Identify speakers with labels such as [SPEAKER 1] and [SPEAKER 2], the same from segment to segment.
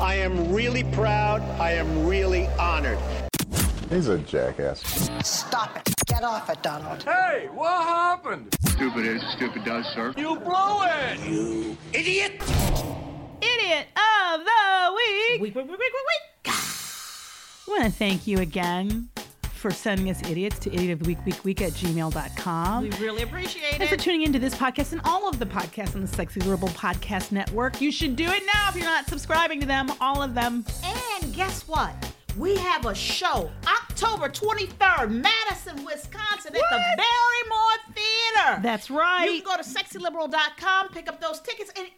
[SPEAKER 1] I am really proud. I am really honored.
[SPEAKER 2] He's a jackass.
[SPEAKER 3] Stop it. Get off it, Donald.
[SPEAKER 4] Hey, what happened?
[SPEAKER 5] Stupid is, stupid does, sir.
[SPEAKER 4] You blew it!
[SPEAKER 6] Idiot of the Week.
[SPEAKER 7] Week, week, week, week, week, week. We want to thank you again for sending us idiots to idiot of the week, week, week at gmail.com.
[SPEAKER 6] We really appreciate
[SPEAKER 7] And for
[SPEAKER 6] it.
[SPEAKER 7] tuning into this podcast and all of the podcasts on the Sexy Liberal Podcast Network.
[SPEAKER 6] You should do it now if you're not subscribing to them, all of them. And guess what? We have a show October 23rd, Madison, Wisconsin, at the Barrymore Theater.
[SPEAKER 7] That's
[SPEAKER 6] You
[SPEAKER 7] right.
[SPEAKER 6] can go to sexyliberal.com, pick up those tickets, and even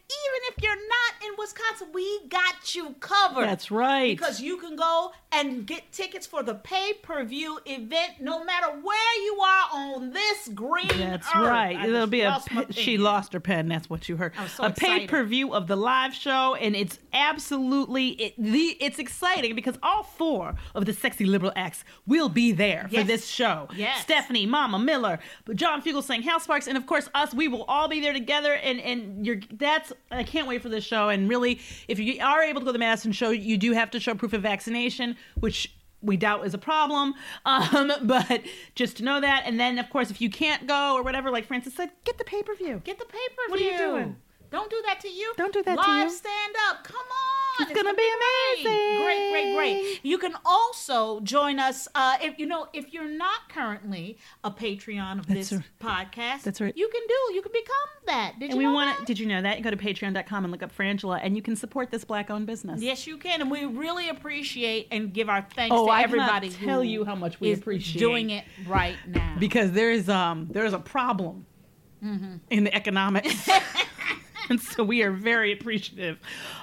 [SPEAKER 6] if you're not in Wisconsin, we got you covered.
[SPEAKER 7] That's right.
[SPEAKER 6] Because you can go and get tickets for the pay per view event no matter where you are on this green
[SPEAKER 7] That's
[SPEAKER 6] earth.
[SPEAKER 7] right.
[SPEAKER 6] I
[SPEAKER 7] It'll
[SPEAKER 6] just
[SPEAKER 7] be a.
[SPEAKER 6] lost my
[SPEAKER 7] pe- She
[SPEAKER 6] thing.
[SPEAKER 7] lost her pen. That's what you heard.
[SPEAKER 6] I was so
[SPEAKER 7] a
[SPEAKER 6] excited.
[SPEAKER 7] pay per view of the live show, and it's absolutely it, the. It's exciting because all four of the sexy liberal acts will be there
[SPEAKER 6] Yes.
[SPEAKER 7] for this show.
[SPEAKER 6] Yes.
[SPEAKER 7] Stephanie, Mama Miller, John Fugelsang, House Sparks, and of course us. We will all be there together, and and you're that's. I can't wait for this show. And really, if you are able to go to the Madison show, you do have to show proof of vaccination, which we doubt is a problem. Um, but just to know that. And then, of course, if you can't go or whatever, like Francis said, get the pay per view.
[SPEAKER 6] Get the pay per view.
[SPEAKER 7] What are you doing?
[SPEAKER 6] Don't do that to you.
[SPEAKER 7] Don't do that to
[SPEAKER 6] Live
[SPEAKER 7] you.
[SPEAKER 6] stand up. Come on.
[SPEAKER 7] It's gonna be amazing.
[SPEAKER 6] Great, great, great. You can also join us uh, if you know if you're not currently a Patreon of
[SPEAKER 7] That's
[SPEAKER 6] this
[SPEAKER 7] right.
[SPEAKER 6] podcast.
[SPEAKER 7] That's right.
[SPEAKER 6] You can do. You can become that. Did
[SPEAKER 7] And we
[SPEAKER 6] you know
[SPEAKER 7] want to,
[SPEAKER 6] that?
[SPEAKER 7] did you know that? Go to patreon.com and look up Frangela, and you can support this black owned business.
[SPEAKER 6] Yes, you can, and we really appreciate and give our thanks
[SPEAKER 7] Oh,
[SPEAKER 6] to
[SPEAKER 7] I cannot
[SPEAKER 6] everybody. who
[SPEAKER 7] tell you how much we
[SPEAKER 6] is
[SPEAKER 7] appreciate.
[SPEAKER 6] doing it right now.
[SPEAKER 7] Because there is um there is a problem in the economics. and so we are very appreciative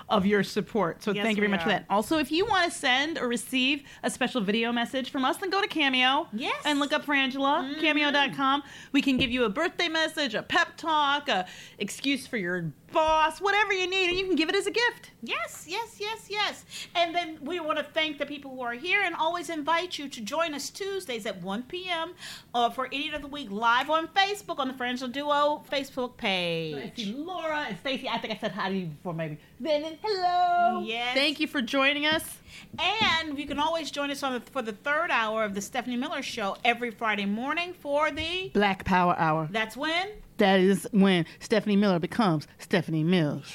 [SPEAKER 7] of your support. So
[SPEAKER 6] Yes,
[SPEAKER 7] thank you very
[SPEAKER 6] we
[SPEAKER 7] much for
[SPEAKER 6] are.
[SPEAKER 7] that. Also, if you want to send or receive a special video message from us, then go to Cameo.
[SPEAKER 6] Yes.
[SPEAKER 7] And look up for Angela, cameo.com. We can give you a birthday message, a pep talk, a excuse for your boss, whatever you need, and you can give it as a gift.
[SPEAKER 6] Yes, yes, yes, yes. And then we want to thank the people who are here and always invite you to join us Tuesdays at 1 p.m. Uh, for Idiot of the Week live on Facebook on the Frangela Duo Facebook
[SPEAKER 7] Thank
[SPEAKER 6] page.
[SPEAKER 7] you, Laura and Stacy. I think I said hi to you before, maybe. Then and hello.
[SPEAKER 6] Yes.
[SPEAKER 7] Thank you for joining us.
[SPEAKER 6] And you can always join us on the, for the third hour of the Stephanie Miller Show every Friday morning for the.
[SPEAKER 7] Black Power Hour.
[SPEAKER 6] That's when?
[SPEAKER 7] That is when Stephanie Miller becomes Stephanie Mills.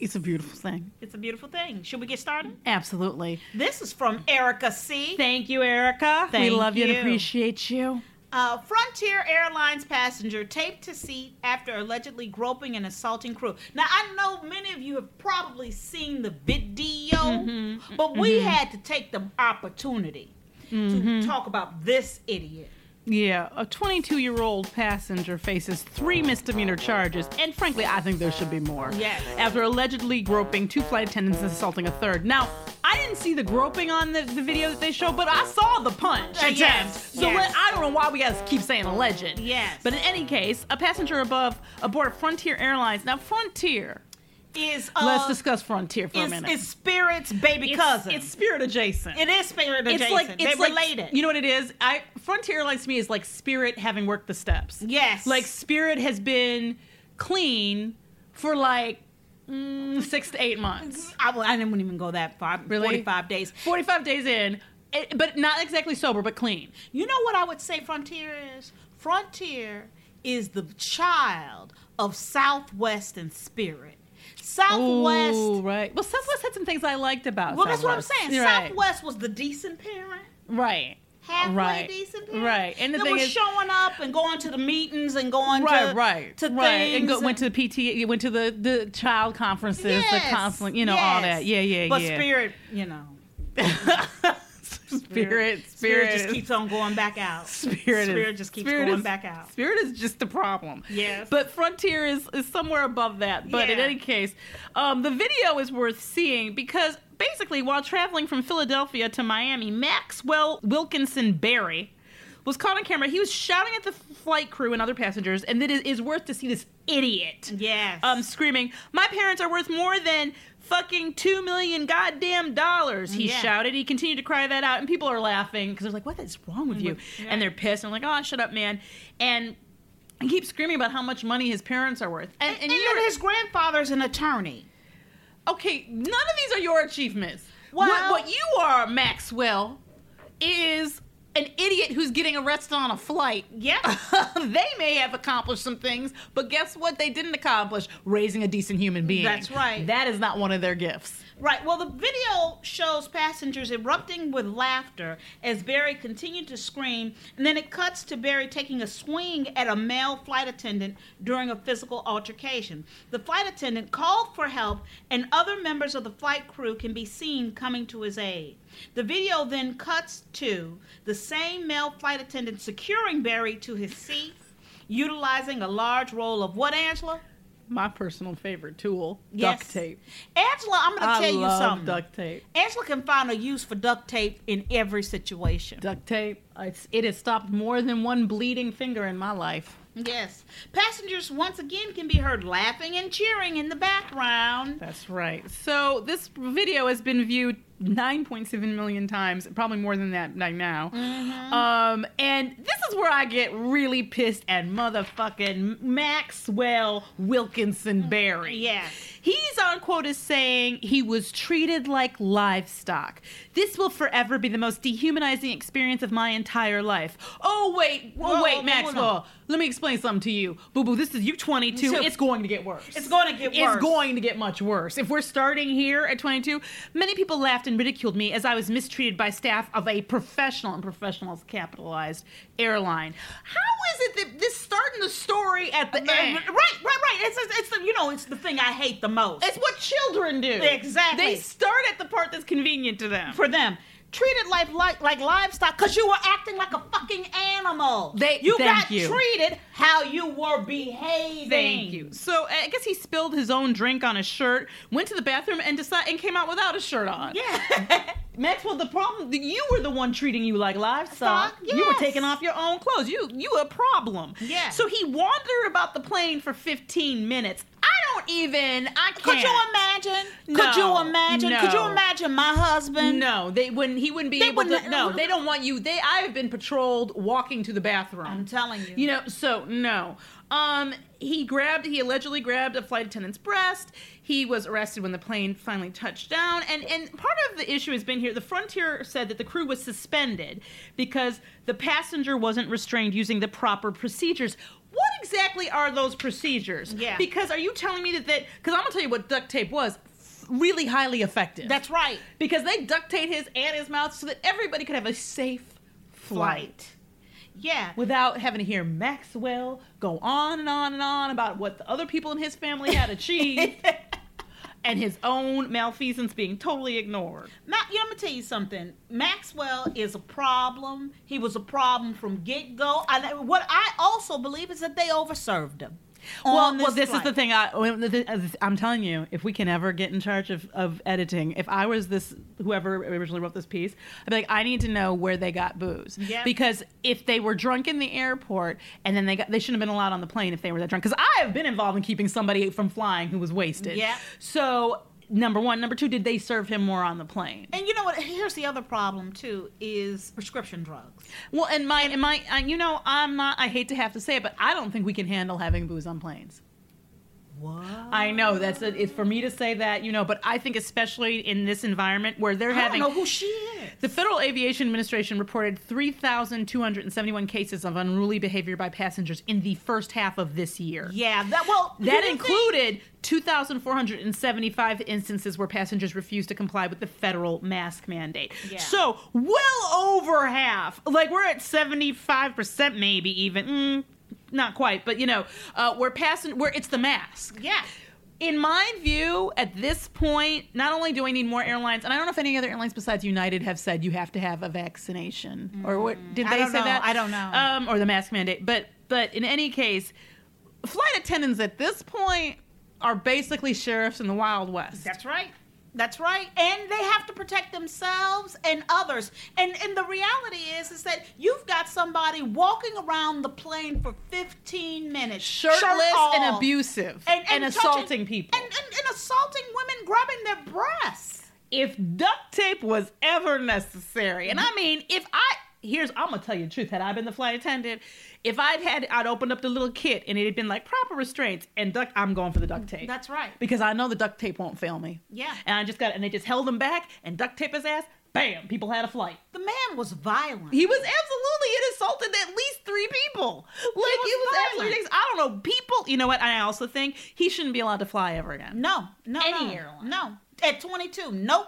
[SPEAKER 7] It's a beautiful thing.
[SPEAKER 6] It's a beautiful thing. Should we get started?
[SPEAKER 7] Absolutely.
[SPEAKER 6] This is from Erica C.
[SPEAKER 7] Thank you, Erica. we
[SPEAKER 6] Thank
[SPEAKER 7] love you.
[SPEAKER 6] you.
[SPEAKER 7] and appreciate you.
[SPEAKER 6] Uh, Frontier Airlines passenger taped to seat after allegedly groping and assaulting crew. Now, I know many of you have probably seen the video,
[SPEAKER 7] Mm-hmm.
[SPEAKER 6] but we had to take the opportunity
[SPEAKER 7] Mm-hmm.
[SPEAKER 6] to talk about this idiot.
[SPEAKER 7] Yeah, a 22 year old passenger faces three misdemeanor charges, and frankly, I think there should be more.
[SPEAKER 6] Yes.
[SPEAKER 7] After allegedly groping two flight attendants and assaulting a third. Now, I didn't see the groping on the, the video that they show, but I saw the punch
[SPEAKER 6] Uh,
[SPEAKER 7] attempt.
[SPEAKER 6] yes,
[SPEAKER 7] So
[SPEAKER 6] yes.
[SPEAKER 7] what- I don't know why we gotta keep saying alleged.
[SPEAKER 6] Yes.
[SPEAKER 7] But in any case, a passenger above aboard Frontier Airlines. Now, Frontier.
[SPEAKER 6] is uh,
[SPEAKER 7] Let's discuss Frontier for a
[SPEAKER 6] is,
[SPEAKER 7] minute.
[SPEAKER 6] is Spirit's baby
[SPEAKER 7] It's-
[SPEAKER 6] cousin.
[SPEAKER 7] It's spirit adjacent.
[SPEAKER 6] It is Spirit
[SPEAKER 7] It's
[SPEAKER 6] adjacent.
[SPEAKER 7] like it's
[SPEAKER 6] they
[SPEAKER 7] like,
[SPEAKER 6] related.
[SPEAKER 7] You know what it is? I Frontier Airlines to me is like Spirit having worked the steps.
[SPEAKER 6] Yes.
[SPEAKER 7] Like Spirit has been clean for like mm, six to eight months,
[SPEAKER 6] I, w- I didn't even go that far.
[SPEAKER 7] Really?
[SPEAKER 6] Forty-five days.
[SPEAKER 7] forty-five days in, it- but not exactly sober, but clean.
[SPEAKER 6] You know what I would say Frontier is? Frontier is the child of Southwest and Spirit. Southwest.
[SPEAKER 7] Ooh, right. Well, Southwest had some things I liked about.
[SPEAKER 6] Well, that's what I'm
[SPEAKER 7] Southwest.
[SPEAKER 6] saying.
[SPEAKER 7] You're right.
[SPEAKER 6] Southwest was the decent parent.
[SPEAKER 7] right?
[SPEAKER 6] Halfway
[SPEAKER 7] Right.
[SPEAKER 6] decent parent.
[SPEAKER 7] Right. And the
[SPEAKER 6] that
[SPEAKER 7] thing
[SPEAKER 6] was
[SPEAKER 7] is-
[SPEAKER 6] showing up and going to the meetings and going
[SPEAKER 7] right,
[SPEAKER 6] to,
[SPEAKER 7] right,
[SPEAKER 6] to
[SPEAKER 7] right.
[SPEAKER 6] things.
[SPEAKER 7] and go, went to the PT, went to the the child conferences,
[SPEAKER 6] Yes,
[SPEAKER 7] the counseling, you know, all
[SPEAKER 6] yes.
[SPEAKER 7] that. Yeah, yeah,
[SPEAKER 6] But
[SPEAKER 7] yeah.
[SPEAKER 6] Spirit, you know.
[SPEAKER 7] spirit, spirit,
[SPEAKER 6] Spirit just
[SPEAKER 7] is-
[SPEAKER 6] keeps on going back out.
[SPEAKER 7] Spirit, is-
[SPEAKER 6] just keeps
[SPEAKER 7] Spirit
[SPEAKER 6] going
[SPEAKER 7] is-
[SPEAKER 6] back out.
[SPEAKER 7] Spirit is just the problem.
[SPEAKER 6] Yes.
[SPEAKER 7] But Frontier is, is somewhere above that. But in
[SPEAKER 6] Yeah.
[SPEAKER 7] any case, um, the video is worth seeing because basically, while traveling from Philadelphia to Miami, Maxwell Wilkinson Barry was caught on camera. He was shouting at the flight crew and other passengers, and it is, is worth to see this idiot
[SPEAKER 6] Yes.
[SPEAKER 7] um, screaming, "My parents are worth more than fucking two million goddamn dollars!" He
[SPEAKER 6] Yeah.
[SPEAKER 7] shouted. He continued to cry that out, and people are laughing because they're like, "What is wrong
[SPEAKER 6] Mm,
[SPEAKER 7] with you?" And they're pissed. And I'm like, "Oh, shut up, man!" And he keeps screaming about how much money his parents are worth. And, and,
[SPEAKER 6] and
[SPEAKER 7] you're
[SPEAKER 6] then his grandfather's an attorney.
[SPEAKER 7] okay. None of these are your achievements. what,
[SPEAKER 6] Well-
[SPEAKER 7] what you are, Maxwell, is an idiot who's getting arrested on a flight.
[SPEAKER 6] Yeah.
[SPEAKER 7] they may have accomplished some things, but guess what? They didn't accomplish raising a decent human being.
[SPEAKER 6] That's right.
[SPEAKER 7] That is not one of their gifts.
[SPEAKER 6] Right. Well, the video shows passengers erupting with laughter as Barry continued to scream, and then it cuts to Barry taking a swing at a male flight attendant during a physical altercation. The flight attendant called for help, and other members of the flight crew can be seen coming to his aid. The video then cuts to the same male flight attendant securing Barry to his seat, utilizing a large roll of what, Angela?
[SPEAKER 7] My personal favorite tool, duct
[SPEAKER 6] Yes.
[SPEAKER 7] tape.
[SPEAKER 6] Angela, I'm going to
[SPEAKER 7] I
[SPEAKER 6] tell
[SPEAKER 7] love
[SPEAKER 6] you something.
[SPEAKER 7] duct tape.
[SPEAKER 6] Angela can find a use for duct tape in every situation.
[SPEAKER 7] Duct tape. It's, it has stopped more than one bleeding finger in my life.
[SPEAKER 6] yes. Passengers once again can be heard laughing and cheering in the background.
[SPEAKER 7] That's right. So this video has been viewed 9.7 million times, probably more than that right now. Um, and this is where I get really pissed at motherfucking Maxwell Wilkinson Barry.
[SPEAKER 6] Yes.
[SPEAKER 7] He's on quote as saying he was treated like livestock. This will forever be the most dehumanizing experience of my entire life. Oh wait, oh,
[SPEAKER 6] Whoa,
[SPEAKER 7] wait,
[SPEAKER 6] whoa, whoa,
[SPEAKER 7] Maxwell. Let me explain something to you. Boo boo, this is you 22.
[SPEAKER 6] So-
[SPEAKER 7] It's going to get worse.
[SPEAKER 6] It's going to get worse.
[SPEAKER 7] It's going to get much worse. If we're starting here at 22, many people laughed and ridiculed me as I was mistreated by staff of a professional, and professional is capitalized, airline. How is it that this starting the story at the
[SPEAKER 6] And-
[SPEAKER 7] end?
[SPEAKER 6] right, right, right. It's, it's, it's the, you know, it's the thing I hate the most.
[SPEAKER 7] It's what children do.
[SPEAKER 6] Exactly.
[SPEAKER 7] They start at the part that's convenient to them.
[SPEAKER 6] for them. Treated like like, like livestock because you were acting like a fucking animal.
[SPEAKER 7] They-
[SPEAKER 6] you
[SPEAKER 7] thank
[SPEAKER 6] got
[SPEAKER 7] you.
[SPEAKER 6] treated how you were behaving.
[SPEAKER 7] Thank you. So I guess he spilled his own drink on his shirt, went to the bathroom, and decided and came out without a shirt on.
[SPEAKER 6] Yeah.
[SPEAKER 7] Maxwell, the problem you were the one treating you like livestock.
[SPEAKER 6] Stock,
[SPEAKER 7] You were
[SPEAKER 6] yes.
[SPEAKER 7] taking off your own clothes. You you a problem.
[SPEAKER 6] Yeah.
[SPEAKER 7] So he wandered about the plane for 15 minutes. I don't even I can't.
[SPEAKER 6] Could you imagine? Could
[SPEAKER 7] No.
[SPEAKER 6] you imagine? Could you
[SPEAKER 7] No.
[SPEAKER 6] imagine my husband?
[SPEAKER 7] No, they wouldn't. He wouldn't be
[SPEAKER 6] They
[SPEAKER 7] able to.
[SPEAKER 6] wouldn't-
[SPEAKER 7] No, they don't want you. They. I have been patrolled walking to the bathroom.
[SPEAKER 6] I'm telling you.
[SPEAKER 7] You know. So no. Um. He grabbed. He allegedly grabbed a flight attendant's breast. He was arrested when the plane finally touched down. And and part of the issue has been here. The frontier said that the crew was suspended because the passenger wasn't restrained using the proper procedures. What exactly are those procedures?
[SPEAKER 6] Yeah.
[SPEAKER 7] Because are you telling me that that? Because I'm gonna tell you what duct tape was. Really highly effective
[SPEAKER 6] That's right.
[SPEAKER 7] because they duct tape his and his mouth so that everybody could have a safe flight
[SPEAKER 6] Yeah.
[SPEAKER 7] without having to hear Maxwell go on and on and on about what the other people in his family had achieved and his own malfeasance being totally ignored.
[SPEAKER 6] Ma- you know, I'm gonna tell you something. Maxwell is a problem. He was a problem from get go. And I- what I also believe is that they overserved him.
[SPEAKER 7] well,
[SPEAKER 6] on
[SPEAKER 7] well,
[SPEAKER 6] this
[SPEAKER 7] this is the
[SPEAKER 6] flight.
[SPEAKER 7] thing. I, when the- the- I'm telling you, if we can ever get in charge of, of editing, if I was this whoever originally wrote this piece, I'd be like, I need to know where they got booze
[SPEAKER 6] Yeah.
[SPEAKER 7] because if they were drunk in the airport and then they got, they shouldn't have been allowed on the plane if they were that drunk. Because I have been involved in keeping somebody from flying who was wasted.
[SPEAKER 6] Yeah.
[SPEAKER 7] So number one, number two, did they serve him more on the plane?
[SPEAKER 6] And you know what? Here's the other problem too: is prescription drugs.
[SPEAKER 7] Well, and my and my, uh, you know, I'm not. I hate to have to say it, but I don't think we can handle having booze on planes.
[SPEAKER 6] What?
[SPEAKER 7] I know that's a, it's for me to say that, you know, but I think especially in this environment where they're
[SPEAKER 6] I don't
[SPEAKER 7] having
[SPEAKER 6] know who she is.
[SPEAKER 7] the Federal Aviation Administration reported 3,271 cases of unruly behavior by passengers in the first half of this year.
[SPEAKER 6] Yeah. That well. you
[SPEAKER 7] That
[SPEAKER 6] didn't think-
[SPEAKER 7] included 2,475 instances where passengers refused to comply with the federal mask mandate.
[SPEAKER 6] Yeah.
[SPEAKER 7] So, well over half. Like, we're at 75%, maybe even. Mm, not quite, but you know, uh, we're passing, where it's the mask.
[SPEAKER 6] Yeah.
[SPEAKER 7] In my view, at this point, not only do I need more airlines, and I don't know if any other airlines besides United have said you have to have a vaccination, or what did
[SPEAKER 6] Mm. I
[SPEAKER 7] they
[SPEAKER 6] don't
[SPEAKER 7] say
[SPEAKER 6] know.
[SPEAKER 7] that?
[SPEAKER 6] I don't know.
[SPEAKER 7] Um, or the mask mandate, but but in any case, flight attendants at this point are basically sheriffs in the Wild West.
[SPEAKER 6] That's right. That's right. And they have to protect themselves and others. And and the reality is is that you've got somebody walking around the plane for 15 minutes
[SPEAKER 7] Shirtless
[SPEAKER 6] shirt
[SPEAKER 7] and
[SPEAKER 6] off,
[SPEAKER 7] abusive
[SPEAKER 6] and, and touching-
[SPEAKER 7] assaulting people.
[SPEAKER 6] and, and, and assaulting women grabbing their breasts.
[SPEAKER 7] if duct tape was ever necessary. And I mean, if I here's I'm gonna tell you the truth, had I been the flight attendant, if I'd had I'd opened up the little kit and it had been like proper restraints and duct I'm going for the duct tape.
[SPEAKER 6] That's right.
[SPEAKER 7] Because I know the duct tape won't fail me.
[SPEAKER 6] Yeah.
[SPEAKER 7] And I just got and they just held him back and duct tape his ass, bam, people had a flight.
[SPEAKER 6] The man was violent.
[SPEAKER 7] He was absolutely it assaulted at least three people. Like it was,
[SPEAKER 6] violent.
[SPEAKER 7] absolutely ridiculous. I don't know, people you know what, I also think he shouldn't be allowed to fly ever again.
[SPEAKER 6] no, no,
[SPEAKER 7] Any
[SPEAKER 6] no,
[SPEAKER 7] airline.
[SPEAKER 6] No, at 22, nope.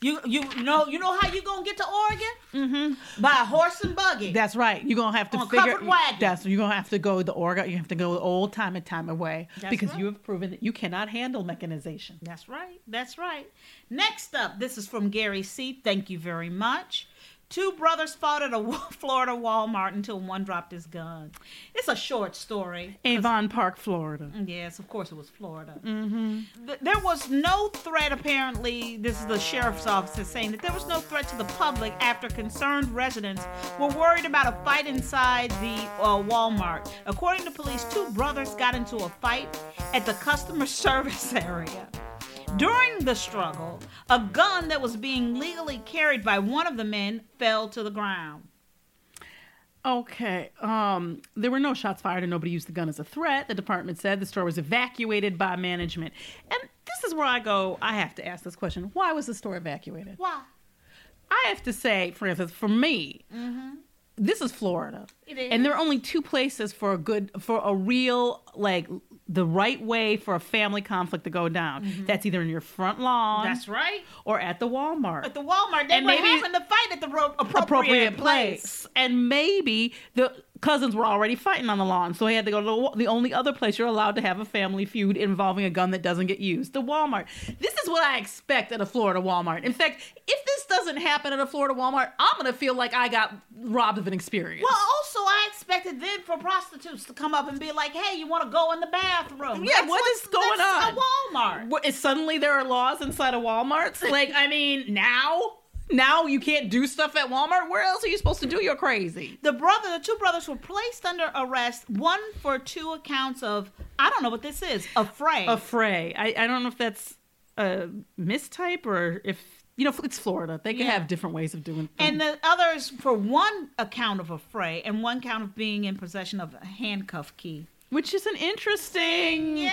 [SPEAKER 6] You you know you know how you gonna get to Oregon? Mm-hmm. By horse and buggy.
[SPEAKER 7] That's right. You're gonna have to
[SPEAKER 6] On a
[SPEAKER 7] figure.
[SPEAKER 6] covered wagon.
[SPEAKER 7] That's you're gonna have to go the org. You have to go the old time and time away
[SPEAKER 6] That's
[SPEAKER 7] because
[SPEAKER 6] right.
[SPEAKER 7] you have proven that you cannot handle mechanization.
[SPEAKER 6] That's right. That's right. Next up, this is from Gary C. Thank you very much. Two brothers fought at a Wa- Florida Walmart until one dropped his gun. It's a short story.
[SPEAKER 7] Avon Park, Florida.
[SPEAKER 6] Yes, of course it was Florida. Mm-hmm. There was no threat, apparently. This is the sheriff's office saying that there was no threat to the public after concerned residents were worried about a fight inside the uh, Walmart. According to police, two brothers got into a fight at the customer service area. During the struggle, a gun that was being legally carried by one of the men fell to the ground.
[SPEAKER 7] Okay. Um, there were no shots fired and nobody used the gun as a threat. The department said the store was evacuated by management. And this is where I go. I have to ask this question: Why was the store evacuated?
[SPEAKER 6] Why?
[SPEAKER 7] I have to say, for instance, for me, this is Florida,
[SPEAKER 6] Mm-hmm. It is.
[SPEAKER 7] and there are only two places for a good, for a real, like the right way for a family conflict to go down. That's either in your front lawn,
[SPEAKER 6] Mm-hmm. That's right.
[SPEAKER 7] or at the Walmart.
[SPEAKER 6] At the Walmart, they
[SPEAKER 7] And
[SPEAKER 6] were
[SPEAKER 7] maybe-
[SPEAKER 6] having the fight at the ro- appropriate,
[SPEAKER 7] appropriate
[SPEAKER 6] place.
[SPEAKER 7] place. And maybe the cousins were already fighting on the lawn, so he had to go to the, wa- the only other place you're allowed to have a family feud involving a gun that doesn't get used the Walmart. This is what I expect at a Florida Walmart. In fact, if this doesn't happen at a Florida Walmart, I'm going to feel like I got robbed of an experience.
[SPEAKER 6] Well, also, I expected then for prostitutes to come up and be like, "Hey, you want to go in the bathroom?"
[SPEAKER 7] Yeah, what
[SPEAKER 6] what's-
[SPEAKER 7] is going
[SPEAKER 6] that's
[SPEAKER 7] on?
[SPEAKER 6] A Walmart.
[SPEAKER 7] What, is suddenly there are laws inside of Walmarts? Like, I mean, now? Now you can't do stuff at Walmart? Where else are you supposed to do? You're crazy.
[SPEAKER 6] The brother, the two brothers, were placed under arrest. One for two accounts of I don't know what this is. Affray.
[SPEAKER 7] A fray. I, I don't know if that's a mistype or if, you know, it's Florida. They can
[SPEAKER 6] Yeah.
[SPEAKER 7] have different ways of doing things.
[SPEAKER 6] and the others for one account of affray and one count of being in possession of a handcuff key.
[SPEAKER 7] Which is an interesting.
[SPEAKER 6] Yeah.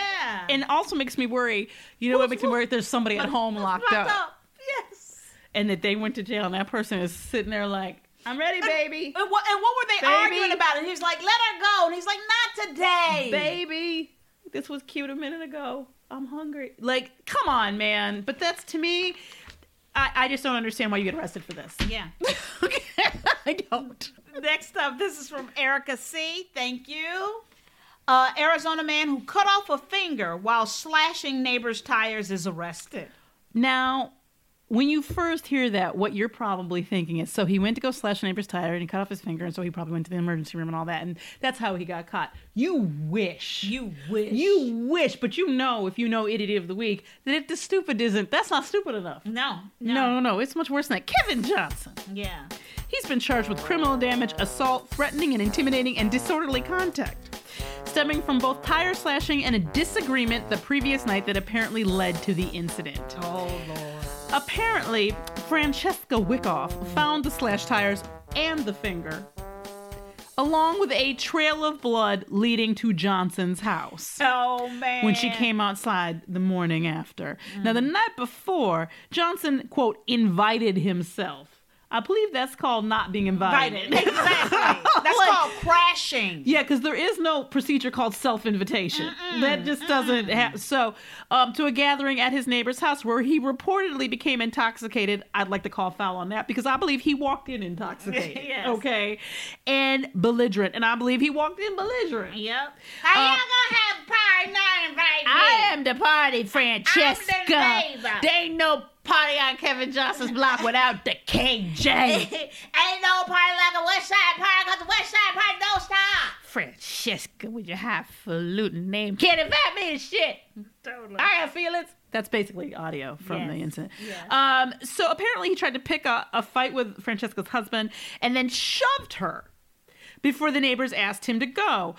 [SPEAKER 7] And also makes me worry. You know what makes me worry? If there's somebody at home locked,
[SPEAKER 6] Locked
[SPEAKER 7] up,
[SPEAKER 6] up. Yes.
[SPEAKER 7] and that they went to jail and that person is sitting there like, I'm ready, baby.
[SPEAKER 6] And what, and what were they
[SPEAKER 7] Baby.
[SPEAKER 6] arguing about? And he's like, "Let her go," and he's like, "Not today,
[SPEAKER 7] baby this was cute a minute ago i'm hungry like come on man but that's to me i, I just don't understand why you get arrested for this
[SPEAKER 6] Yeah.
[SPEAKER 7] i don't
[SPEAKER 6] Next up, this is from Erica C. Thank you. Uh, Arizona man who cut off a finger while slashing neighbor's tires is arrested.
[SPEAKER 7] now when you first hear that, what you're probably thinking is, so he went to go slash a neighbor's tire and he cut off his finger, and so he probably went to the emergency room and all that, and that's how he got caught. You wish.
[SPEAKER 6] You wish.
[SPEAKER 7] You wish, but you know, if you know idiot of the week, that if the stupid isn't, that's not stupid enough.
[SPEAKER 6] No, no.
[SPEAKER 7] No, no, no. It's much worse than that. Kevin Johnson.
[SPEAKER 6] Yeah.
[SPEAKER 7] He's been charged with criminal damage, assault, threatening and intimidating, and disorderly contact, stemming from both tire slashing and a disagreement the previous night that apparently led to the incident.
[SPEAKER 6] Oh, Lord.
[SPEAKER 7] Apparently, Francesca Wickoff found the slash tires and the finger, along with a trail of blood leading to Johnson's house
[SPEAKER 6] Oh, man.
[SPEAKER 7] when she came outside the morning after. Now, the night before, Johnson, quote, invited himself. I believe that's called not being invited.
[SPEAKER 6] Invited. Exactly. That's called crashing.
[SPEAKER 7] Yeah, because there is no procedure called self invitation. That just doesn't happen. So, um, to a gathering at his neighbor's house where he reportedly became intoxicated. I'd like to call foul on that because I believe he walked in intoxicated.
[SPEAKER 6] Yes.
[SPEAKER 7] Okay. And belligerent. And I believe he walked in belligerent.
[SPEAKER 6] Yep. How
[SPEAKER 7] Uh,
[SPEAKER 6] y'all gonna have party not invite me?
[SPEAKER 7] I am the party, Francesca.
[SPEAKER 6] I'm the neighbor.
[SPEAKER 7] There ain't no party on Kevin Johnson's block without the KJ.
[SPEAKER 6] Ain't no party like a West Side party because the West Side party don't stop.
[SPEAKER 7] Francesca with your highfalutin name. Can't invite me to shit.
[SPEAKER 6] Totally.
[SPEAKER 7] I got feelings. That's basically audio from the
[SPEAKER 6] Yes.
[SPEAKER 7] incident. Um, so apparently, he tried to pick a, a fight with Francesca's husband and then shoved her before the neighbors asked him to go.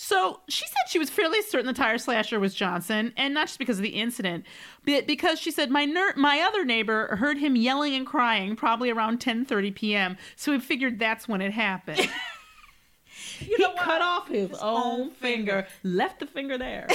[SPEAKER 7] So she said she was fairly certain the tire slasher was Johnson, and not just because of the incident, but because she said my ner- my other neighbor heard him yelling and crying probably around 10:30 p.m. So we figured that's when it happened. he
[SPEAKER 6] know what?
[SPEAKER 7] cut off his, own,
[SPEAKER 6] own
[SPEAKER 7] finger, left the finger there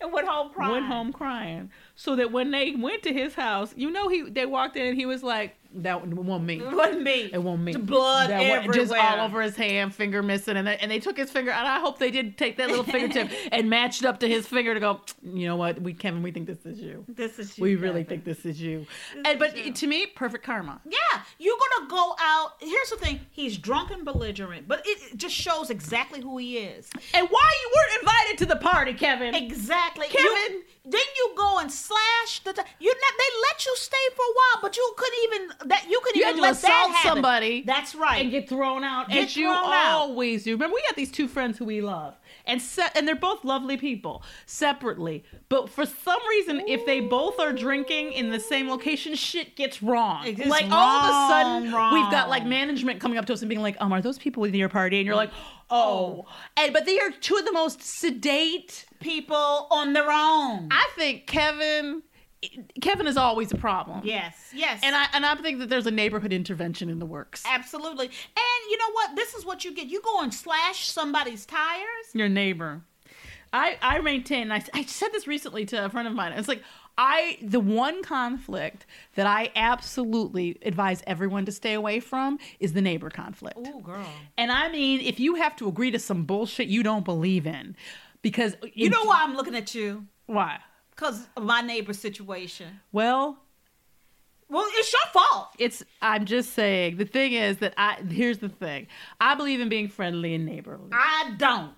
[SPEAKER 6] And went home crying.
[SPEAKER 7] went home crying. So that when they went to his house, you know, he they walked in and he was like, "That won't me.
[SPEAKER 6] It wasn't me.
[SPEAKER 7] It won't me."
[SPEAKER 6] The blood
[SPEAKER 7] That
[SPEAKER 6] everywhere.
[SPEAKER 7] wa- just all over his hand, finger missing, and they, and they took his finger. And I hope they did take that little fingertip and matched up to his finger to go. You know what, we Kevin, we think this is you.
[SPEAKER 6] This is you,
[SPEAKER 7] we really
[SPEAKER 6] Kevin.
[SPEAKER 7] think this is you. and but to me, perfect karma.
[SPEAKER 6] Yeah, you're gonna go out. Here's the thing: he's drunk and belligerent, but it it just shows exactly who he is.
[SPEAKER 7] And why you weren't invited to the party, Kevin?
[SPEAKER 6] Exactly,
[SPEAKER 7] Kevin!
[SPEAKER 6] You, didn't you go and slash the? T- you not, they let you stay for a while, but you couldn't even that you couldn't
[SPEAKER 7] You had
[SPEAKER 6] even
[SPEAKER 7] to
[SPEAKER 6] let that
[SPEAKER 7] assault
[SPEAKER 6] happen.
[SPEAKER 7] somebody
[SPEAKER 6] That's right.
[SPEAKER 7] and get thrown out
[SPEAKER 6] Get
[SPEAKER 7] as you
[SPEAKER 6] thrown out.
[SPEAKER 7] always do. Remember, we got these two friends who we love, and se- and they're both lovely people separately. But for some reason, if they both are drinking in the same location, shit gets wrong.
[SPEAKER 6] It gets
[SPEAKER 7] like all of a sudden,
[SPEAKER 6] wrong,
[SPEAKER 7] we've got like
[SPEAKER 6] wrong.
[SPEAKER 7] management coming up to us and being like, "Um, are those people in your party?" And you're like, "Oh," and but they are two of the most sedate.
[SPEAKER 6] people on their own.
[SPEAKER 7] I think Kevin, Kevin is always a problem.
[SPEAKER 6] yes, yes,
[SPEAKER 7] And I and I think that there's a neighborhood intervention in the works.
[SPEAKER 6] absolutely. And you know what? This is what you get. You go and slash somebody's tires.
[SPEAKER 7] your neighbor. I I maintain. I I said this recently to a friend of mine. It's like I the one conflict that I absolutely advise everyone to stay away from is the neighbor conflict.
[SPEAKER 6] Oh, girl.
[SPEAKER 7] And I mean, if you have to agree to some bullshit you don't believe in, because
[SPEAKER 6] You know why I'm looking at you?
[SPEAKER 7] why?
[SPEAKER 6] Because of my neighbor's situation.
[SPEAKER 7] Well,
[SPEAKER 6] Well, it's your fault.
[SPEAKER 7] it's I'm just saying. The thing is that I here's the thing. I believe in being friendly and neighborly.
[SPEAKER 6] I don't.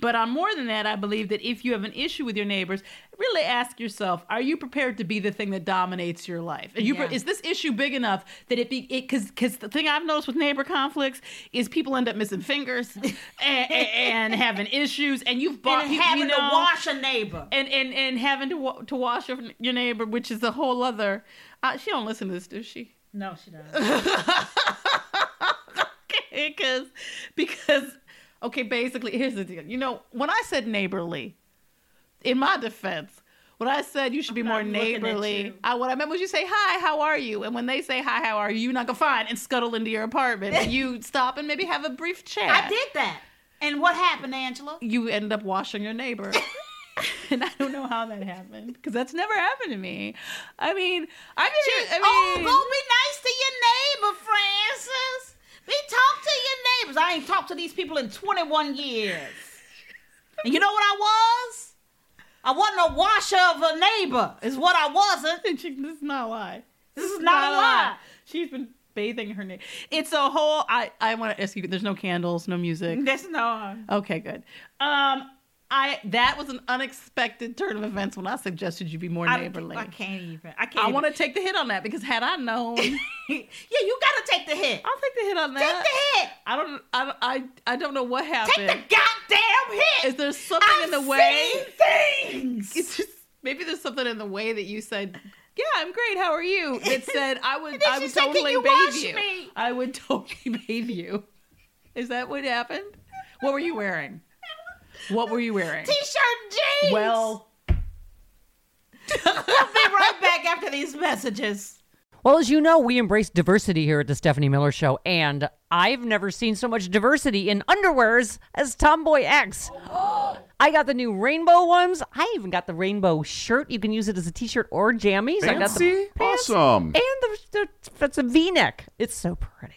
[SPEAKER 7] But on more than that, I believe that if you have an issue with your neighbors, really ask yourself: Are you prepared to be the thing that dominates your life? Are you,
[SPEAKER 6] Yeah.
[SPEAKER 7] Is this issue big enough that it be? Because because the thing I've noticed with neighbor conflicts is people end up missing fingers and, and, having issues, and you've bought
[SPEAKER 6] and
[SPEAKER 7] you-
[SPEAKER 6] having
[SPEAKER 7] you know,
[SPEAKER 6] to wash a neighbor.
[SPEAKER 7] and and and having to wa- to wash your, your neighbor, which is a whole other. Uh, she don't listen to this, does she?
[SPEAKER 6] No, she doesn't.
[SPEAKER 7] because because okay basically here's the deal you know when i said neighborly in my defense when i said you should be more
[SPEAKER 6] not looking at
[SPEAKER 7] neighborly
[SPEAKER 6] you.
[SPEAKER 7] i what i meant was you say hi how are you and when they say hi how are you you're not gonna find and scuttle into your apartment and you stop and maybe have a brief chat
[SPEAKER 6] I did that. And what happened, Angela?
[SPEAKER 7] you end up washing your neighbor. and I don't know how that happened because that's never happened to me. I mean, I mean, I mean
[SPEAKER 6] oh, go be nice to your neighbor, Francis. Be talk to your neighbors. I ain't talked to these people in 21 years. And you know what I was? I wasn't a washer of a neighbor, is what I wasn't.
[SPEAKER 7] And she, this is not a lie.
[SPEAKER 6] This is not a lie.
[SPEAKER 7] She's been bathing her name. It's a whole. I I want to ask you. There's no candles, no music.
[SPEAKER 6] That's no.
[SPEAKER 7] Okay, good. Um, I that was an unexpected turn of events when I suggested you be more
[SPEAKER 6] I,
[SPEAKER 7] neighborly.
[SPEAKER 6] I can't even. I can't.
[SPEAKER 7] I
[SPEAKER 6] even-
[SPEAKER 7] want to take the hit on that because had I known, I'll take
[SPEAKER 6] yeah, you gotta take the hit.
[SPEAKER 7] the hit on
[SPEAKER 6] Take
[SPEAKER 7] that.
[SPEAKER 6] the hit.
[SPEAKER 7] I don't. I don't- I, I don't know what
[SPEAKER 6] Take
[SPEAKER 7] happened.
[SPEAKER 6] the goddamn hit.
[SPEAKER 7] Is there something
[SPEAKER 6] I'm
[SPEAKER 7] in the way?
[SPEAKER 6] seeing things.
[SPEAKER 7] It's just, maybe there's something in the way that you said. Yeah, I'm great. How are you? That said, I would.
[SPEAKER 6] then
[SPEAKER 7] I
[SPEAKER 6] she
[SPEAKER 7] would
[SPEAKER 6] said, "Can
[SPEAKER 7] totally
[SPEAKER 6] you
[SPEAKER 7] bathe
[SPEAKER 6] wash
[SPEAKER 7] you.
[SPEAKER 6] me?"
[SPEAKER 7] I would totally bathe you. Is that what happened? What were you wearing? What were you wearing?
[SPEAKER 6] T-shirt jeans.
[SPEAKER 7] Well,
[SPEAKER 6] we'll be right back after these messages.
[SPEAKER 8] Well, as you know, we embrace diversity here at the Stephanie Miller Show, and I've never seen so much diversity in underwears as Tomboy X. I got the new rainbow ones. I even got the rainbow shirt. You can use it as a t-shirt or jammies. I got the
[SPEAKER 2] Fancy?
[SPEAKER 8] pants
[SPEAKER 2] Awesome.
[SPEAKER 8] and the, the that's a V-neck. It's so pretty.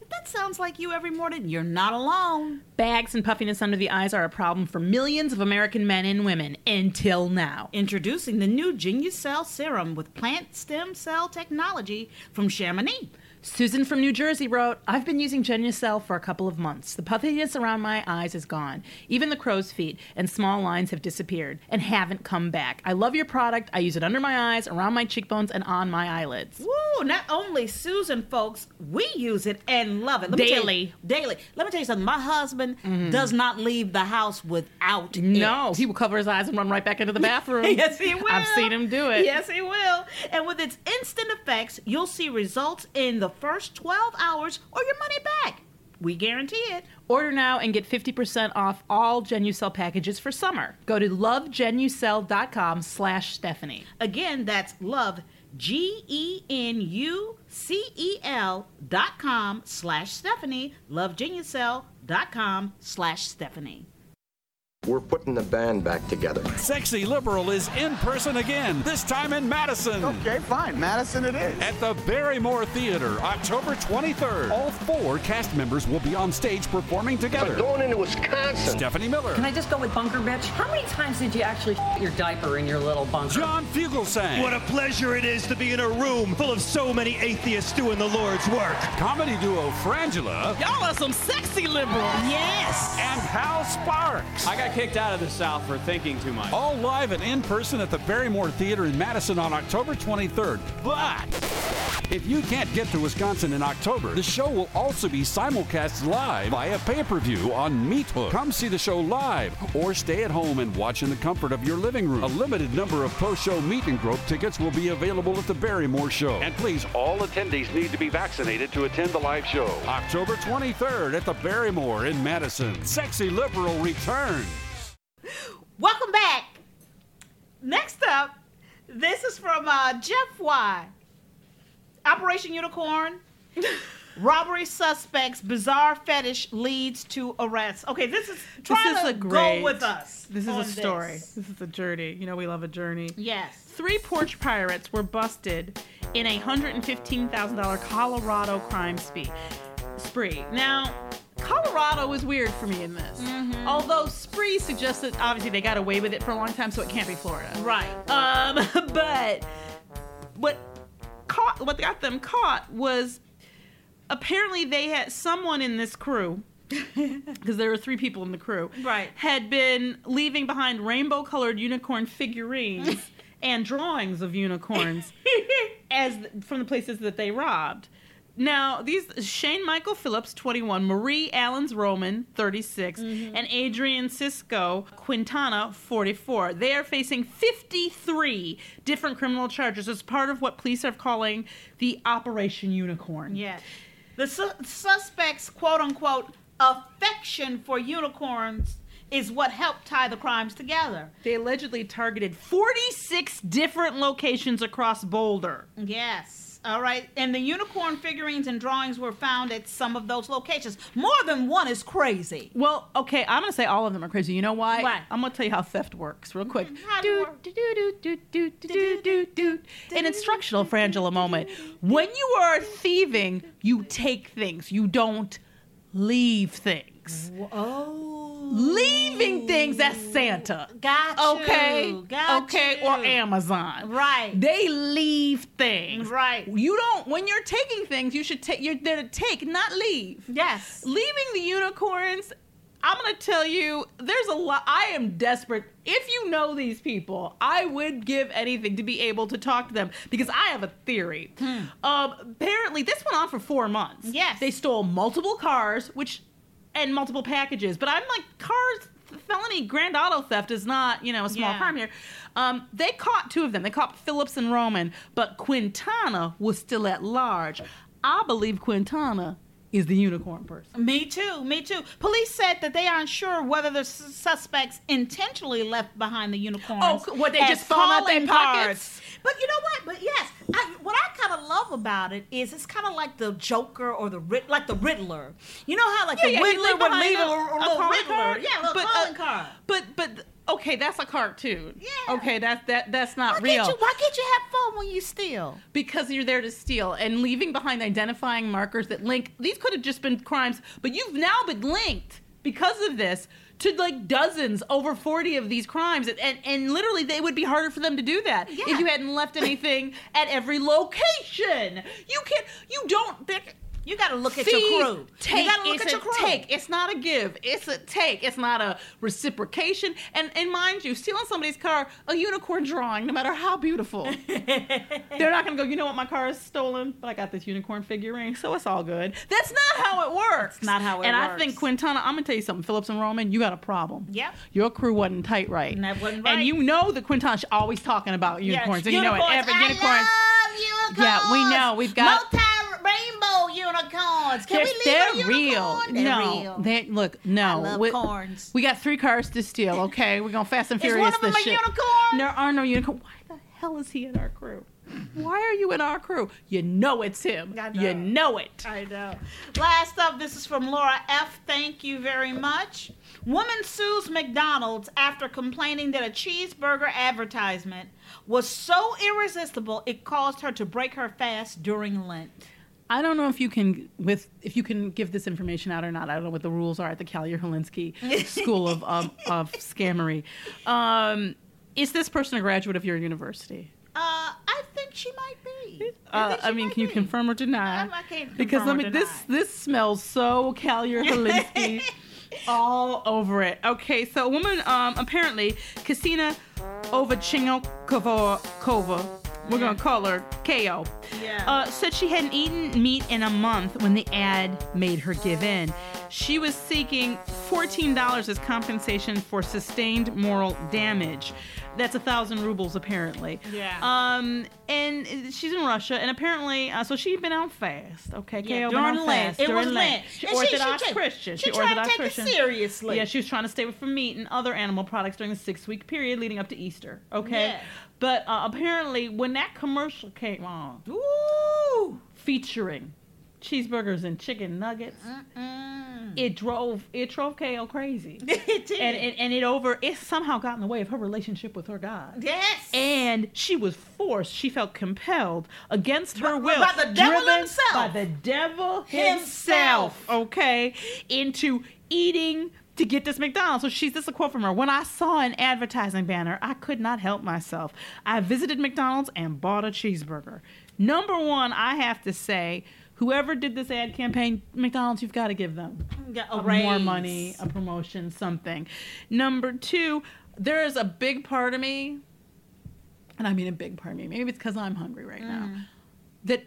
[SPEAKER 6] If that sounds like you every morning, you're not alone.
[SPEAKER 7] bags and puffiness under the eyes are a problem for millions of American men and women until now.
[SPEAKER 6] Introducing the new Genucell serum with plant stem cell technology from Chamonix.
[SPEAKER 7] Susan from New Jersey wrote, I've been using Genucel for a couple of months. The puffiness around my eyes is gone. Even the crow's feet and small lines have disappeared and haven't come back. I love your product. I use it under my eyes, around my cheekbones, and on my eyelids.
[SPEAKER 6] Woo! Not only Susan, folks, we use it and love it Let me tell you-
[SPEAKER 7] Daily.
[SPEAKER 6] daily. Mm-hmm. Let me tell you something. My husband does not leave the house without it.
[SPEAKER 7] No, he will cover his eyes and run right back into the bathroom.
[SPEAKER 6] yes, he will.
[SPEAKER 7] I've seen him do it.
[SPEAKER 6] Yes, he will. And with its instant effects, you'll see results in the first 12 hours or your money back. We guarantee it.
[SPEAKER 7] Order now and get 50% off all Genucel packages for summer. Go to lovegenucel.com slash Stephanie.
[SPEAKER 6] Again, that's love, G E N U C E L dot com slash Stephanie, lovegenucel dot com slash Stephanie.
[SPEAKER 9] We're putting the band back together.
[SPEAKER 10] Sexy Liberal is in person again, this time in Madison.
[SPEAKER 5] Okay, fine. Madison it is.
[SPEAKER 10] At the Barrymore Theater, October 23rd. All four cast members will be on stage performing
[SPEAKER 9] But
[SPEAKER 10] together.
[SPEAKER 9] going into Wisconsin.
[SPEAKER 10] Stephanie Miller,
[SPEAKER 8] I just go with bunker bitch? How many times did you actually your diaper in your little bunker?
[SPEAKER 10] John Fugelsang,
[SPEAKER 4] What a pleasure it is to be in a room full of so many atheists doing the Lord's work.
[SPEAKER 10] comedy duo Frangela,
[SPEAKER 7] Y'all are some sexy liberals.
[SPEAKER 6] Yes!
[SPEAKER 10] and Hal Sparks.
[SPEAKER 4] I got kicked out of the South for thinking too much.
[SPEAKER 10] All live and in person at the Barrymore Theater in Madison on October 23rd. But if you can't get to Wisconsin in October, the show will also be simulcast live via pay per view on Meat Hook. Come see the show live or stay at home and watch in the comfort of your living room. A limited number of post show meet and grope tickets will be available at the Barrymore Show. And please, all attendees need to be vaccinated to attend the live show. October 23rd at the Barrymore in Madison. Sexy Liberal returns.
[SPEAKER 6] Welcome back. Next up, this is from uh, Jeff Y. Operation Unicorn. Robbery suspects bizarre fetish leads to arrest. Okay, this is trying
[SPEAKER 7] is
[SPEAKER 6] to
[SPEAKER 7] a great-
[SPEAKER 6] go with us.
[SPEAKER 7] This is
[SPEAKER 6] on
[SPEAKER 7] a story. This. is a journey. You know, we love a journey.
[SPEAKER 6] Yes.
[SPEAKER 7] Three porch pirates were busted in a $115,000 Colorado crime spree. Spree. Now, Colorado was weird for me in this.
[SPEAKER 6] Mm-hmm.
[SPEAKER 7] Although spree suggests that obviously they got away with it for a long time, so it can't be Florida.
[SPEAKER 6] Right.
[SPEAKER 7] Um, but what caught what got them caught was apparently they had someone in this crew because there were three people in the crew
[SPEAKER 6] Right.
[SPEAKER 7] had been leaving behind rainbow colored unicorn figurines and drawings of unicorns as from the places that they robbed Now, these Shane Michael Phillips, 21, Marie Allens Roman, 36,
[SPEAKER 6] Mm-hmm.
[SPEAKER 7] and Adrian Cisco Quintana, 44. They are facing 53 different criminal charges as part of what police are calling the Operation Unicorn.
[SPEAKER 6] Yeah. The su- suspect's quote unquote affection for unicorns is what helped tie the crimes together.
[SPEAKER 7] They allegedly targeted 46 different locations across Boulder.
[SPEAKER 6] Yes. All right. And the unicorn figurines and drawings were found at some of those locations. More than one is crazy.
[SPEAKER 7] Well, okay, I'm gonna say all of them are crazy. You know why?
[SPEAKER 6] Why? Mm-hmm.
[SPEAKER 7] I'm gonna tell you how theft works real quick.
[SPEAKER 6] How do I-
[SPEAKER 7] Doot, doot, doot, doot, doot, doot, doot, doot. An instructional for Angela moment. When you are thieving, you take things. You don't leave things.
[SPEAKER 6] Oh.
[SPEAKER 7] Leaving things, that's Santa.
[SPEAKER 6] Got you.
[SPEAKER 7] Okay.
[SPEAKER 6] Got
[SPEAKER 7] okay.
[SPEAKER 6] you.
[SPEAKER 7] Or Amazon.
[SPEAKER 6] Right.
[SPEAKER 7] They leave things.
[SPEAKER 6] Right.
[SPEAKER 7] You don't. When you're taking things, you should take. You're there to take, not leave.
[SPEAKER 6] Yes.
[SPEAKER 7] Leaving the unicorns. I'm gonna tell you, there's a lot. I am desperate. If you know these people, I would give anything to be able to talk to them because I have a theory. Um, apparently, this went on for four months.
[SPEAKER 6] Hmm. Yes.
[SPEAKER 7] they stole multiple cars, which and multiple packages. But I'm like, cars, felony grand auto theft is not, you know, a small
[SPEAKER 6] Yeah.
[SPEAKER 7] crime here. Um, they caught two of them. They caught Phillips and Roman, but Quintana was still at large. I believe Quintana is the unicorn person.
[SPEAKER 6] Me too. Me too. Police said that they aren't sure whether the sus- suspects intentionally left behind the unicorns.
[SPEAKER 7] Oh, c- what, they
[SPEAKER 6] as
[SPEAKER 7] just thrown out their
[SPEAKER 6] calling
[SPEAKER 7] pockets?
[SPEAKER 6] But you know what? But yes, I, what I kind of love about it is it's kind of like the Joker or the Rid- like the Riddler. You know how like the
[SPEAKER 7] he
[SPEAKER 6] Riddler
[SPEAKER 7] leave
[SPEAKER 6] would
[SPEAKER 7] behind
[SPEAKER 6] leave a, a, little
[SPEAKER 7] calling
[SPEAKER 6] Riddler,
[SPEAKER 7] card,
[SPEAKER 6] yeah, a little
[SPEAKER 7] but,
[SPEAKER 6] calling
[SPEAKER 7] uh,
[SPEAKER 6] card.
[SPEAKER 7] But but okay, that's a cartoon.
[SPEAKER 6] Yeah.
[SPEAKER 7] Okay, that's that that's not
[SPEAKER 6] Why
[SPEAKER 7] real.
[SPEAKER 6] can't you? Why can't you have fun when you steal?
[SPEAKER 7] because you're there to steal and leaving behind identifying markers that link these could have just been crimes but you've now been linked because of this to like dozens over 40 of these crimes and and, and literally they would be harder for them to do that
[SPEAKER 6] Yeah.
[SPEAKER 7] if you hadn't left anything at every location you can't you don't that-
[SPEAKER 6] You got to look at
[SPEAKER 7] Feed,
[SPEAKER 6] your crew.
[SPEAKER 7] Take,
[SPEAKER 6] you got to look
[SPEAKER 7] it's
[SPEAKER 6] at your
[SPEAKER 7] a
[SPEAKER 6] crew.
[SPEAKER 7] Take. It's not a give. It's a take. It's not a reciprocation. And and mind you, stealing somebody's car, a unicorn drawing, no matter how beautiful, they're not gonna go. You know what? My car is stolen, but I got this unicorn figurine, so it's all good. That's not how it works.
[SPEAKER 6] That's not how it
[SPEAKER 7] and And I
[SPEAKER 6] works.
[SPEAKER 7] think Quintana, I'm gonna tell you something, Phillips and Roman, you got a problem.
[SPEAKER 6] Yep.
[SPEAKER 7] Your crew wasn't tight right.
[SPEAKER 6] And that wasn't
[SPEAKER 7] And
[SPEAKER 6] right.
[SPEAKER 7] you know that Quintana's always talking about unicorns, and you know it. Every
[SPEAKER 6] I
[SPEAKER 7] unicorn.
[SPEAKER 6] love unicorns.
[SPEAKER 7] Yeah, we know. We've got-
[SPEAKER 6] multi rainbow unicorns. Can
[SPEAKER 7] Yes,
[SPEAKER 6] we leave a unicorn?
[SPEAKER 7] They're
[SPEAKER 6] They're
[SPEAKER 7] no,
[SPEAKER 6] real.
[SPEAKER 7] They, look, no.
[SPEAKER 6] love
[SPEAKER 7] we,
[SPEAKER 6] corns.
[SPEAKER 7] We got three cars to steal. Okay, we're gonna Fast and
[SPEAKER 6] Is
[SPEAKER 7] Furious
[SPEAKER 6] one of them
[SPEAKER 7] this
[SPEAKER 6] a
[SPEAKER 7] shit.
[SPEAKER 6] unicorn?
[SPEAKER 7] There are no unicorn. Why the hell is he in our crew? Why are you in our crew? You know it's him.
[SPEAKER 6] I know.
[SPEAKER 7] You know it.
[SPEAKER 6] I know. Last up, this is from Laura F. Thank you very much. Woman sues McDonald's after complaining that a cheeseburger advertisement was so irresistible it caused her to break her fast during Lent.
[SPEAKER 7] I don't know if you can with if you can give this information out or not. I don't know what the rules are at the Cal Yerholinsky School of of, of Scammery. Um, is this person a graduate of your university?
[SPEAKER 6] Uh, I think she might be.
[SPEAKER 7] Uh,
[SPEAKER 6] think she
[SPEAKER 7] I mean,
[SPEAKER 6] might
[SPEAKER 7] can you
[SPEAKER 6] be.
[SPEAKER 7] confirm or deny?
[SPEAKER 6] I- I can't
[SPEAKER 7] because
[SPEAKER 6] confirm
[SPEAKER 7] let
[SPEAKER 6] or
[SPEAKER 7] me. This
[SPEAKER 6] deny.
[SPEAKER 7] this smells so Calyer Holinsky all over it. Okay, so a woman um, apparently Kasina Ovachinokova, Kova, we're gonna call her Ko.
[SPEAKER 6] Yeah.
[SPEAKER 7] Uh, said she hadn't eaten meat in a month when the ad made her give in. She was seeking $14 as compensation for sustained moral damage. That's a thousand rubles, apparently.
[SPEAKER 6] Yeah.
[SPEAKER 7] Um, and she's in Russia, and apparently, uh, so she'd been on fast. Okay,
[SPEAKER 6] Yeah,
[SPEAKER 7] Kale been
[SPEAKER 6] during
[SPEAKER 7] on
[SPEAKER 6] Lent.
[SPEAKER 7] fast
[SPEAKER 6] It
[SPEAKER 7] during
[SPEAKER 6] was Lent.
[SPEAKER 7] She
[SPEAKER 6] And she- she
[SPEAKER 7] Orthodox
[SPEAKER 6] take-
[SPEAKER 7] Christian.
[SPEAKER 6] she tried to
[SPEAKER 7] Orthodox
[SPEAKER 6] take it
[SPEAKER 7] Christian.
[SPEAKER 6] seriously.
[SPEAKER 7] Yeah, she was trying to stay away from meat and other animal products during the six-week period leading up to Easter. Okay.
[SPEAKER 6] Yeah.
[SPEAKER 7] But uh, apparently, when that commercial came on,
[SPEAKER 6] Ooh.
[SPEAKER 7] featuring cheeseburgers and chicken nuggets, it drove it drove Kale crazy,
[SPEAKER 6] Mm. It did.
[SPEAKER 7] and, and and it over it somehow got in the way of her relationship with her God.
[SPEAKER 6] yes.
[SPEAKER 7] And she was forced, she felt compelled against her
[SPEAKER 6] By-
[SPEAKER 7] will.
[SPEAKER 6] by the devil
[SPEAKER 7] driven
[SPEAKER 6] himself.
[SPEAKER 7] By the devil
[SPEAKER 6] Himself.
[SPEAKER 7] himself, okay, into eating to get this McDonald's. So she's this is a quote from her. When I saw an advertising banner, I could not help myself. I visited McDonald's and bought a cheeseburger. Number one, I have to say, whoever did this ad campaign, McDonald's, you've got to give them
[SPEAKER 6] Got
[SPEAKER 7] a
[SPEAKER 6] a
[SPEAKER 7] more
[SPEAKER 6] raise.
[SPEAKER 7] money, a promotion, something. Number two, there is a big part of
[SPEAKER 6] Mm.
[SPEAKER 7] me, and I mean a big part of me, maybe it's because I'm hungry right now, that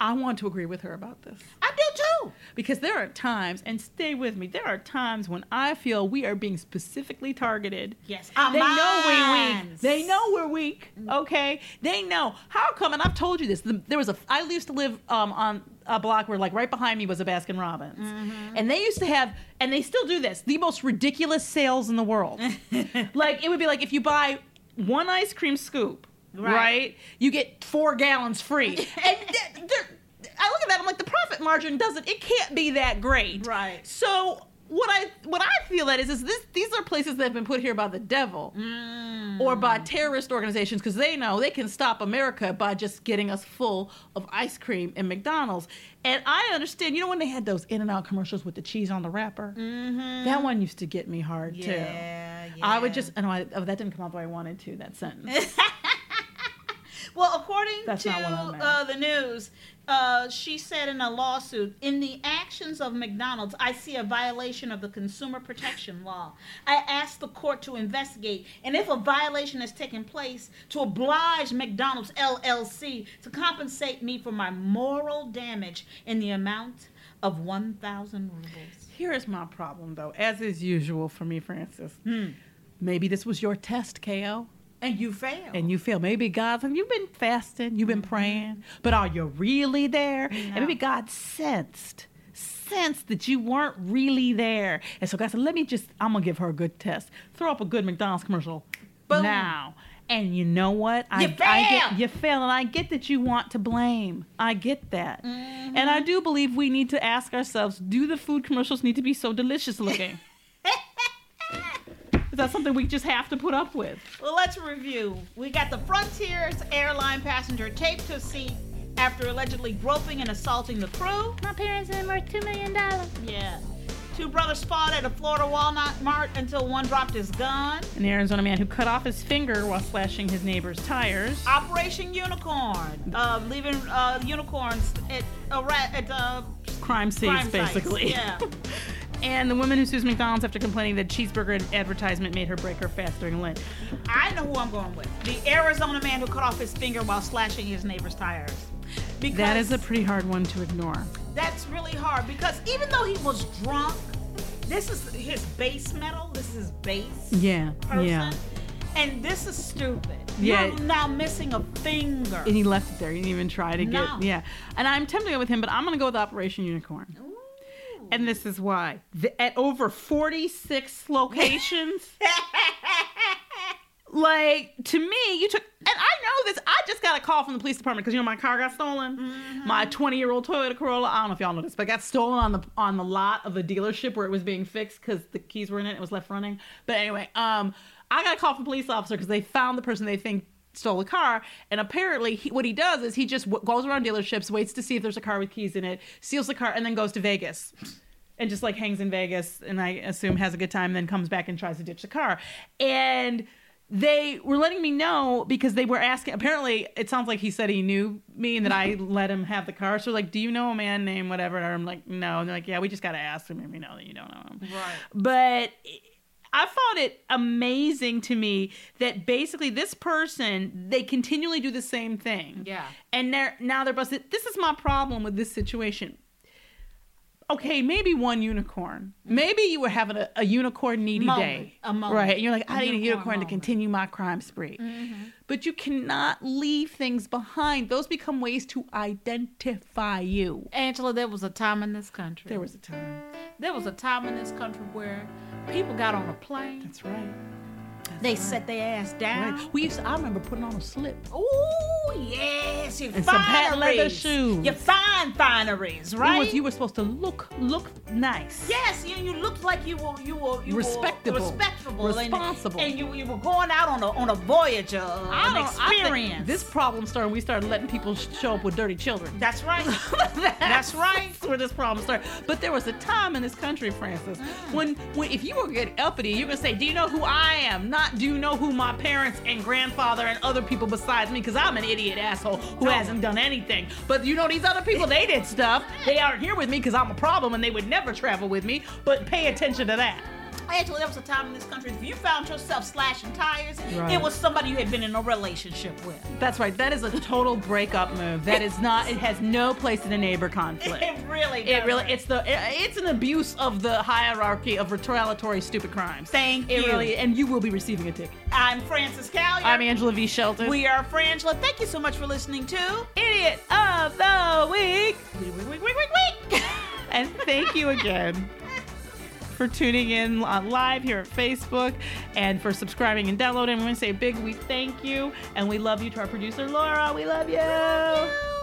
[SPEAKER 7] I want to agree with her about this.
[SPEAKER 6] I do too.
[SPEAKER 7] Because there are times, and stay with me, there are times when I feel we are being specifically targeted.
[SPEAKER 6] Yes, our
[SPEAKER 7] They know we're weak.
[SPEAKER 6] minds.
[SPEAKER 7] They know we're weak. Okay. They know. How come? And I've told you this. the- There was a. I used to live um, on a block where, like, right behind me was a Baskin Robbins,
[SPEAKER 6] Mm-hmm.
[SPEAKER 7] and they used to have, and they still do this, the most ridiculous sales in the world. like it would be like if you buy one ice cream scoop, right?
[SPEAKER 6] Right.
[SPEAKER 7] you get four gallons free, and th- th- I look at that. I'm like, the profit margin doesn't. It can't be that great,
[SPEAKER 6] Right.
[SPEAKER 7] So. What I what I feel that is is this these are places that have been put here by the devil
[SPEAKER 6] Mm.
[SPEAKER 7] or by terrorist organizations because they know they can stop America by just getting us full of ice cream and McDonald's. And I understand, you know, when they had those In and Out commercials with the cheese on the wrapper, that one used to get me hard too.
[SPEAKER 6] Mm-hmm. Yeah,
[SPEAKER 7] I would
[SPEAKER 6] yeah.
[SPEAKER 7] just, oh, no, I, oh, that didn't come up where I wanted to. That sentence.
[SPEAKER 6] Well, according
[SPEAKER 7] That's
[SPEAKER 6] to
[SPEAKER 7] not what I meant.
[SPEAKER 6] uh, the news, uh, she said in a lawsuit, in the actions of McDonald's, I see a violation of the consumer protection law. I asked the court to investigate, and if a violation has taken place, to oblige McDonald's LLC to compensate me for my moral damage in the amount of 1,000 rubles.
[SPEAKER 7] Here is my problem, though, as is usual for me, Francis. Maybe this was your test, Ko.
[SPEAKER 6] And you failed.
[SPEAKER 7] and you feel maybe God's and you've been fasting, you've
[SPEAKER 6] Mm-hmm.
[SPEAKER 7] been praying, but are you really there? And maybe God sensed sensed that you weren't really there. And so God said, Let me just I'm gonna give her a good test. Throw up a good McDonald's commercial
[SPEAKER 6] Boom.
[SPEAKER 7] now. And you know what? I,
[SPEAKER 6] You
[SPEAKER 7] I
[SPEAKER 6] fail.
[SPEAKER 7] get you fail, and I get that you want to blame. I get that,
[SPEAKER 6] Mm-hmm.
[SPEAKER 7] and I do believe we need to ask ourselves: Do the food commercials need to be so delicious looking? Is that something we just have to put up with?
[SPEAKER 6] Well, let's review. We got the Frontiers airline passenger taped to a seat after allegedly groping and assaulting the crew.
[SPEAKER 11] My parents are worth two million dollars.
[SPEAKER 6] Yeah. Two brothers fought at a Florida Walmart Mart until one dropped his gun.
[SPEAKER 7] An Arizona man who cut off his finger while slashing his neighbor's tires.
[SPEAKER 6] Operation Unicorn, uh, leaving uh, unicorns at a rat at uh,
[SPEAKER 7] Crime scenes,
[SPEAKER 6] crime sites.
[SPEAKER 7] basically.
[SPEAKER 6] Yeah.
[SPEAKER 7] and the woman who sues McDonald's after complaining that cheeseburger advertisement made her break her fast during Lent.
[SPEAKER 6] I know who I'm going with. The Arizona man who cut off his finger while slashing his neighbor's tires. Because
[SPEAKER 7] That is a pretty hard one to ignore.
[SPEAKER 6] that's really hard because even though he was drunk, this is his base metal. This is his base.
[SPEAKER 7] Yeah,
[SPEAKER 6] person.
[SPEAKER 7] yeah.
[SPEAKER 6] And this is stupid.
[SPEAKER 7] Yeah.
[SPEAKER 6] You're now missing a finger.
[SPEAKER 7] And he left it there. He didn't even try to
[SPEAKER 6] No.
[SPEAKER 7] get. Yeah. And I'm tempted to go with him, but I'm going to go with Operation Unicorn. And this is why. The, at over 46 locations. like, to me, you took. And I know this. I just got a call from the police department because, you know, my car got stolen. My 20 year old Toyota Corolla. I don't know if y'all know this, but it got stolen on the on the lot of the dealership where it was being fixed because the keys were in it. It was left running. But anyway, um, I got a call from a police officer because they found the person they think stole a car and apparently he, what he does is he just w- goes around dealerships waits to see if there's a car with keys in it steals the car and then goes to vegas and just like hangs in vegas and i assume has a good time then comes back and tries to ditch the car and they were letting me know because they were asking apparently it sounds like he said he knew me and that i let him have the car so like do you know a man named whatever and i'm like no and they're like yeah we just gotta ask him and we know that you don't know him right but I found it amazing to me that basically this person they continually do the same thing.
[SPEAKER 6] Yeah.
[SPEAKER 7] And they're now they're busted. This is my problem with this situation. Okay, maybe one unicorn. Maybe you were having a, a unicorn needy
[SPEAKER 6] Mm-hmm. Moment,
[SPEAKER 7] day.
[SPEAKER 6] a moment.
[SPEAKER 7] Right. And you're like, I
[SPEAKER 6] A
[SPEAKER 7] need a
[SPEAKER 6] unicorn
[SPEAKER 7] unicorn to
[SPEAKER 6] moment. Mm-hmm.
[SPEAKER 7] continue my crime spree. But you cannot leave things behind. Those become ways to identify you.
[SPEAKER 6] Angela, there was a time in this country.
[SPEAKER 7] There was a time.
[SPEAKER 6] there was a time in this country where people got on a plane.
[SPEAKER 7] That's right.
[SPEAKER 6] they set their ass down.
[SPEAKER 7] Right. We used to, I remember putting on a slip.
[SPEAKER 6] Oh yes, you
[SPEAKER 7] And
[SPEAKER 6] fineries.
[SPEAKER 7] some patent leather shoes.
[SPEAKER 6] You fine fineries, right?
[SPEAKER 7] It was you were supposed to look look nice.
[SPEAKER 6] Yes, you, you looked like you were you were you
[SPEAKER 7] Respectable.
[SPEAKER 6] were respectable, and-
[SPEAKER 7] Responsible.
[SPEAKER 6] and, you, you were going out on a on a voyage, uh,
[SPEAKER 7] I
[SPEAKER 6] an
[SPEAKER 7] don't- I think
[SPEAKER 6] experience.
[SPEAKER 7] This problem started. when We started letting people sh- show up with dirty children.
[SPEAKER 6] That's right.
[SPEAKER 7] That's,
[SPEAKER 6] That's right.
[SPEAKER 7] That's where this problem started. But there was a time in this country, Francis, when when if you were getting uppity, you were gonna say, "Do you know who I am?" Not, "Do you know who my parents and grandfather and other people besides me?" Because I'm an idiot asshole who hasn't done anything. But you know these other people, they did stuff. They aren't here with me because I'm a problem, and they would never travel with me. But pay attention to that.
[SPEAKER 6] Angela, there was a time in this country if you found yourself slashing tires,
[SPEAKER 7] Right.
[SPEAKER 6] it was somebody you had been in a relationship with.
[SPEAKER 7] That's right. That is a total breakup move. That is not. It has no place in a neighbor conflict.
[SPEAKER 6] It really
[SPEAKER 7] It really.
[SPEAKER 6] doesn't.
[SPEAKER 7] It's the. it- it's an abuse of the hierarchy of retaliatory stupid crimes.
[SPEAKER 6] Thank
[SPEAKER 7] it
[SPEAKER 6] you.
[SPEAKER 7] really. And you will be receiving a ticket.
[SPEAKER 6] I'm Francis Callier.
[SPEAKER 7] I'm Angela V. Shelton.
[SPEAKER 6] We are Frangela. Thank you so much for listening to Idiot of the Week. Week, week, week, week, week, week.
[SPEAKER 7] and thank you again for tuning in uh, live here at Facebook and for subscribing and downloading. We want to say a big we thank you and we love you to our producer Laura. We love you.